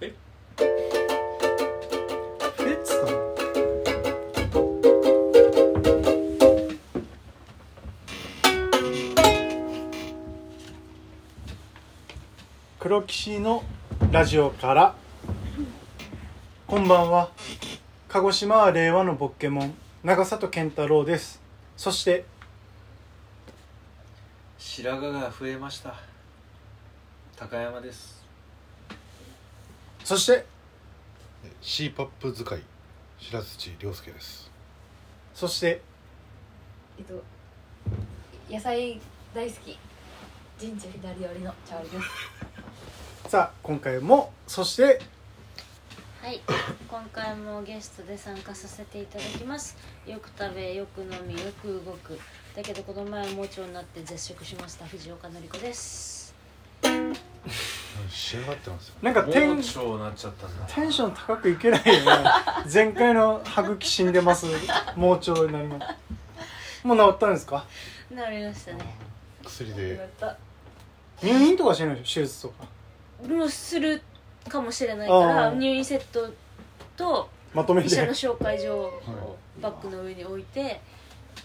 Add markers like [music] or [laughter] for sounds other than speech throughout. ええっつったの黒騎士のラジオからこんばんは鹿児島は令和のポケモン長里健太郎ですそして白髪が増えました高山ですそしてえ C パップ使い白土亮介ですそしてえっと野菜大好き人知左寄りのチャオリですさあ今回もそしてはい、今回もゲストで参加させていただきます。よく食べ、よく飲み、よく動く。だけどこの前盲腸になって絶食しました藤岡典子です。仕上がってますよなんかテン盲腸になっちゃったんだテンション高くいけないよね前回の歯茎死んでます盲腸になりますもう治ったんですか治りましたね。薬よかでった入院とかしないでしょ手術とかもうするかもしれないからあー入院セットとまとめ医者ての紹介状をはバッグの上に置いて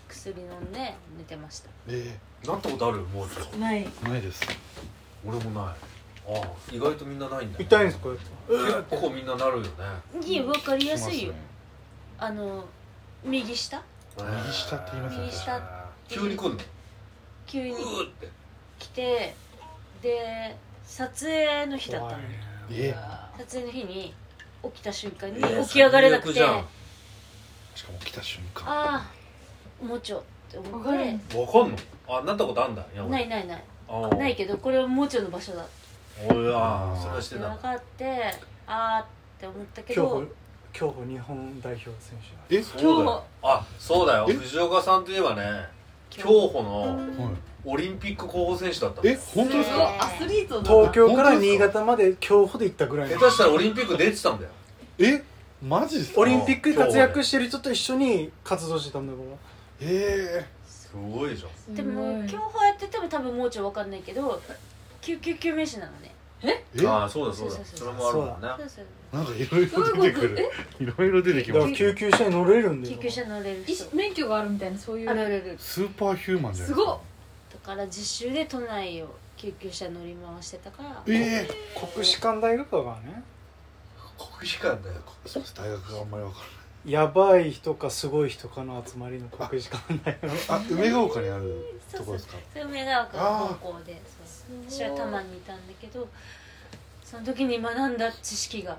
薬飲んで寝てました。えなったことある盲腸ないー、ないです俺もないああ意外とみんなないんだ、ね、痛いんですか結構みんななるよねいいわかりやしますいよ。あの右下右下って言いますよね右下っ急に来るの急うにーって来てで撮影の日だったの。え撮影の日に起きた瞬間にえー起き上がれなくて、最悪あしかも来た瞬間あー盲腸って思っわかるてんじゃんわかんのあなったことあんだやばないないないああないけどこれは盲腸の場所だっおいああそれはしててた分かってああって思ったけ競歩ど競歩日本代表選手えそうだよ競歩あそうだよえ藤岡さんといえばね競歩のはいオリンピック候補選手だったのえ本当ですすすごごいいかアスリートだ東な京から新潟まで競歩で行ったぐらい下の手したらオリンピック出てたんだよえマジですかオリンピックで活躍してる人と一緒に活動してたんだからえすごいじゃんでも競歩やってても多分盲腸分かんないけど救急救命士なのねー、えああそうだそうだそうそそうそうれもあるもんねそうそうなんかいろいろ出てくるいろいろ出てきだまからす救ね急車に乗れるんだ救よ急車乗れる医人師免許があるみたいなそういうあるあるあるスーパーヒューマンじゃないですかだから実習で都内を救急車乗り回してたからえ国士舘大学だからね国士舘だよー、すいません大学があんまりわかやばい人かすごい人かの集まりの国士舘大学らないあ梅ヶ丘にあるそうとこそうですかそれ梅ヶ丘の高校でごいそう私は多摩にいたんだけどその時に学んだ知識が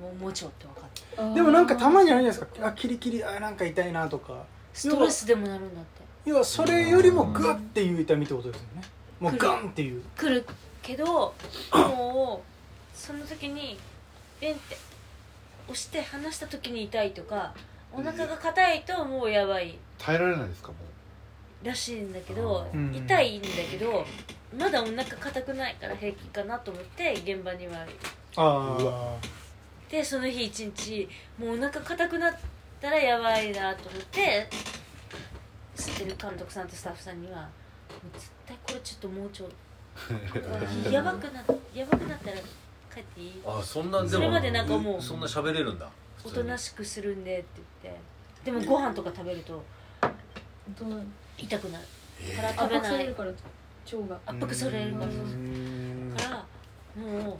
もう盲腸って分かったあーでもなんかたまにあるじゃないですかあキリキリあなんか痛いなとかストレスでもなるんだって要はそれよりもグッていう痛みってことですよねもうガンっていう来るけどもうその時にベンって押して離した時に痛いとかお腹が硬いともうやばい耐えられないですかもらしいんだけどうん痛いんだけどまだお腹硬くないから平気かなと思って現場にはうあでその日一日もうお腹硬くなったらやばいなと思って知ってる監督さんとスタッフさんには「もう絶対これちょっともうちょいやばくなやばくなったら帰っていい?」あそんなでもそれまでなんかもうそんな喋れるんだ「普お通とになしくするんで」って言ってでもご飯とか食べるとどう痛くなるえから圧食べ迫さなれるいから腸があ圧迫されるうかんらもう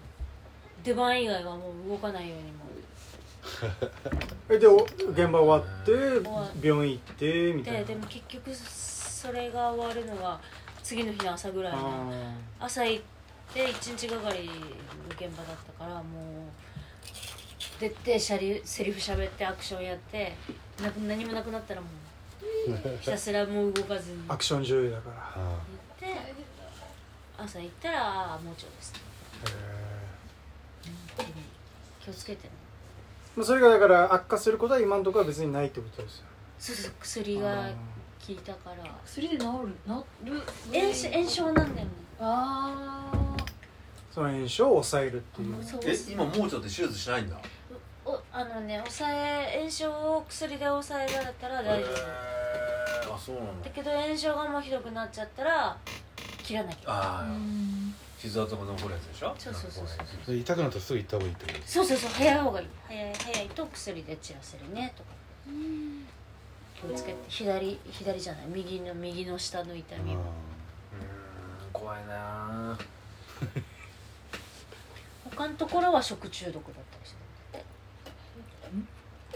出番以外はもう動かないようにもえでお現場終わって病院行ってみたいでなでも結局それが終わるのは次の日の朝ぐらいのあ朝行って一日がかりの現場だったからもう出てシャリセリフ喋ってアクションやってな何もなくなったらもうひたすらもう動かずにー行アっクション女優だからあて朝行ったらああ盲腸です気をつけてねまあそれがだから悪化することは今のところは別にないってことですよそうそう薬が効いたから薬で治る治る炎症炎症なんだよねあその炎症を抑えるっていうそうえ今盲腸って手術しないんだおあのね抑え炎症を薬で抑えられたら大丈夫あそうなんだけど炎症がもうひどくなっちゃったら切らなきゃあああ傷跡が残るやつでしょそうそうそうそうで痛くなったらすぐ行った方がいいってことそうそうそう早い方がいい早い早いと薬で散らせるねとか気をつけて左左じゃない右の右の下の痛みをうーん怖いなあ他のところは食中毒だったりして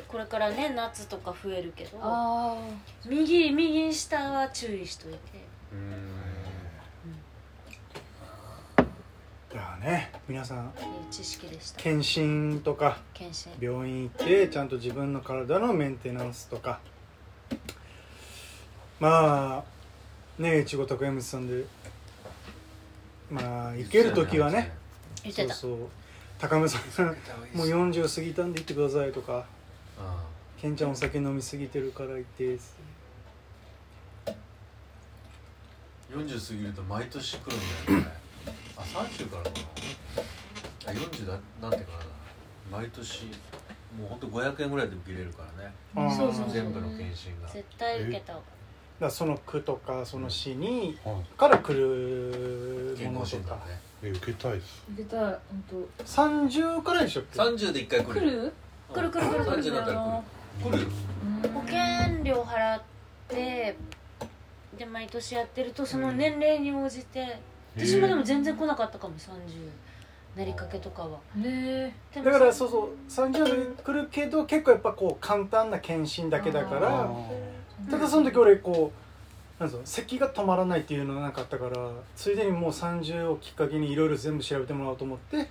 これからね夏とか増えるけどあ右右下は注意しといてうーんじゃあね皆さんっていう知識でした検診とか検診病院行ってちゃんと自分の体のメンテナンスとかまあねえいちご高山さんでまあ行ける時はね言っそてうたそう高村さん行った方がいいっすもう40過ぎたんで行ってくださいとかあケンちゃんお酒飲みすぎてるから行ってあ40過ぎると毎年来るんだよねあ30からかなあ40だなんてからだ毎年もうほんと500円ぐらいで受けれるからねあーそうそうそう全部の検診が絶対受けた方がだからその区とかその市にあーはいから来る健もの康と診断かねえ受けたいですあ出た本30からでしたっけ30で1回当来来るるうんくるくるくるくる30だくるったら来る来るよ保険料払ってで毎年やってるとその年齢に応じて、うん私もでも全然来なかったかも30なりかけとかはねでもだからそうそう30で来るけど結構やっぱこう簡単な検診だけだかあらーただその時俺こうなんぞ咳が止まらないっていうのがなかったからついでにもう30をきっかけにいろいろ全部調べてもらおうと思って、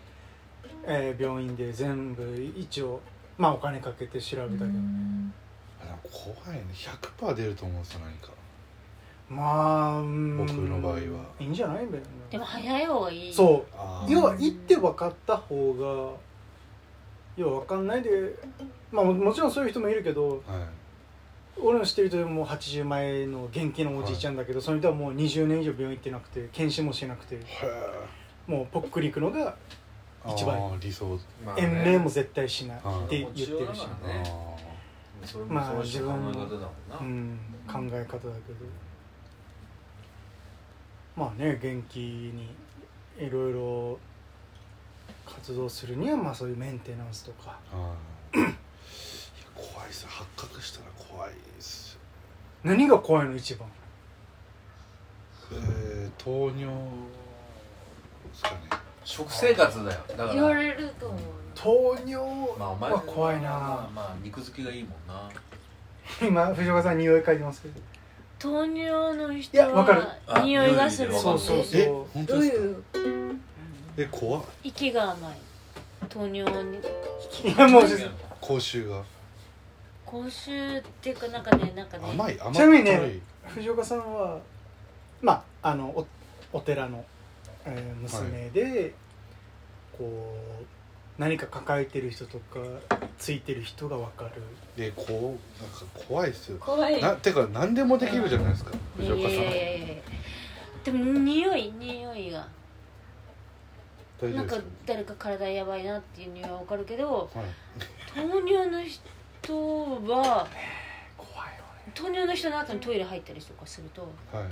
えー病院で全部一応まあお金かけて調べたけど、うんあでも怖いね100%出ると思うんですよ何かまあうん僕の場合はいいんじゃないんだよでねも早い方がいいそうあー要は行って分かった方が要は分かんないでまあももちろんそういう人もいるけどはい俺の知ってる人でもう80前の元気のおじいちゃんだけど、その人はもう20年以上病院行ってなくて検診もしてなくてへもうぽっくり行くのがー一番あー理想まあね延命も絶対しないって言ってるし、あねーそれもまあその人の考え自方分だもうん、なん考え方だけどまあね元気にいろいろ活動するにはまあそういうメンテナンスとかあーいや怖いっす発覚したら怖いっす何が怖いの一番えー、糖尿ですかね食生活だよだか言わられると思う糖尿まあお前は怖いな、まあまあ肉付きがいいもんな今藤岡さん匂い嗅いでますけど糖尿の人いやわかるは匂いがするあそうそうえそう本ど当うですかいうえ怖っ息が甘い糖尿に [laughs] いやもうちう口臭が口臭っていうかなんかねなんかね甘い甘いちなみにね辛い藤岡さんはまああのおお寺の、えー娘で、こう何か抱えてる人とかついてる人が分かるでこうなんか怖いっすよ怖いなてか何でもできるじゃないですかい藤やい岡さやんいやいやでも匂い匂いが大丈夫でなんすかか誰か体やばいなっていう匂いはわかるけどはい糖尿の人は怖いよね糖尿の人の後にトイレ入ったりとかするとはい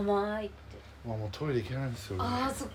甘いってまあもうトイレ行けないんですよねああそっか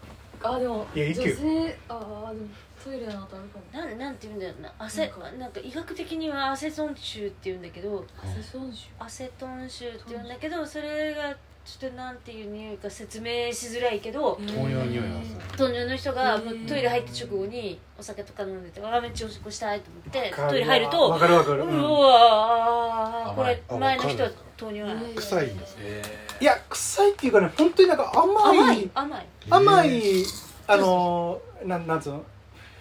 あでもいや女いけよ性ああでもトイレの後あるかもなんなんて言うんだろうなアセなんか医学的にはアセトン臭って言うんだけどうんセション臭アセトン臭って言うんだけどそれがちょっとなんていう匂いか説明しづらいけど糖尿の匂いなんですよ糖尿の人がもうへートイレ入った直後にお酒とか飲んでてわあめっちゃおしっこしたいと思ってわかるわトイレ入ると分かる分かうる、うんわーこれ甘い前のあ人わかはる糖尿や臭いんですえいや臭いっていうかね本当になんか甘い甘い甘い甘い、えーあのなんなんつうの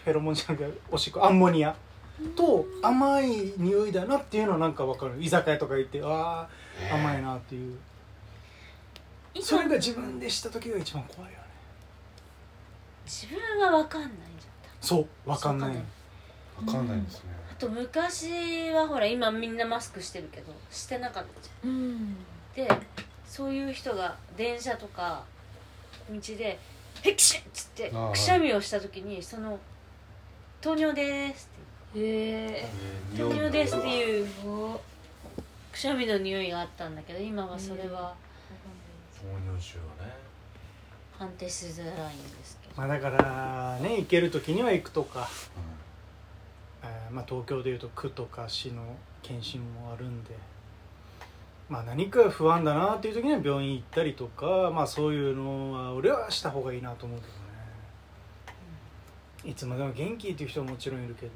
フェロモンじゃなくておしっこアンモニアと甘い匂いだなっていうのはなんか分かる居酒屋とか行ってああ甘いなっていうそれが自分でした時が一番怖いよね自分は分かんないじゃんそう分かんないそうわかねかんないんですねあと昔はほら今みんなマスクしてるけどしてなかったじうんゃんでそういう人が電車とか道で「へっきしっ!」つってあーくしゃみをした時にその「糖尿です」へえって「糖尿です」ってういうすごいわかんないくしゃみの匂いがあったんだけど今はそれは糖尿臭はね判定しづらいんですけどまあだからね行ける時には行くとか、えーまあ、東京でいうと区とか市の検診もあるんで、まあ、何か不安だなっていう時には病院行ったりとか、まあ、そういうのは俺はした方がいいなと思うけどねいつまでも元気っていう人はもちろんいるけど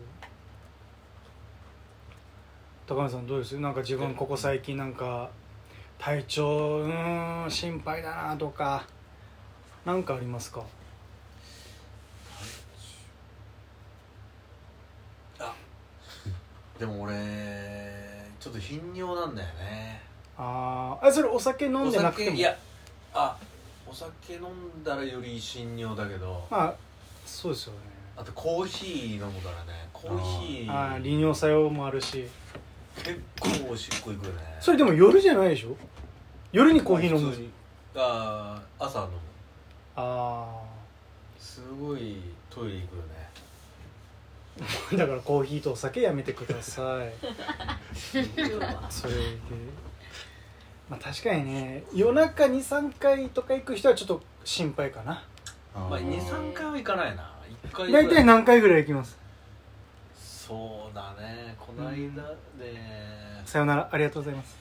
高野さんどうですなんか自分ここ最近なんか体調うーん心配だなとかなんかありますかでも俺ちょっと頻尿なんだよねあーあそれお酒飲んでなくてもお酒いやあお酒飲んだらより頻尿だけどまあそうですよねあとコーヒー飲むからねコーヒーあー利尿作用もあるし結構おしっこいくよねそれでも夜じゃないでしょ夜にコーヒー飲む普通にあー朝飲むあすごいトイレ行くよねあだからコーヒ [laughs] ーとお酒やめてくださいはそれでまあ確かにね夜中23回とか行く人はちょっと心配かなまあ、ー23回は行かないな1回ぐら大い体何回ぐらい行きますそうだねこの間で、さよならありがとうございます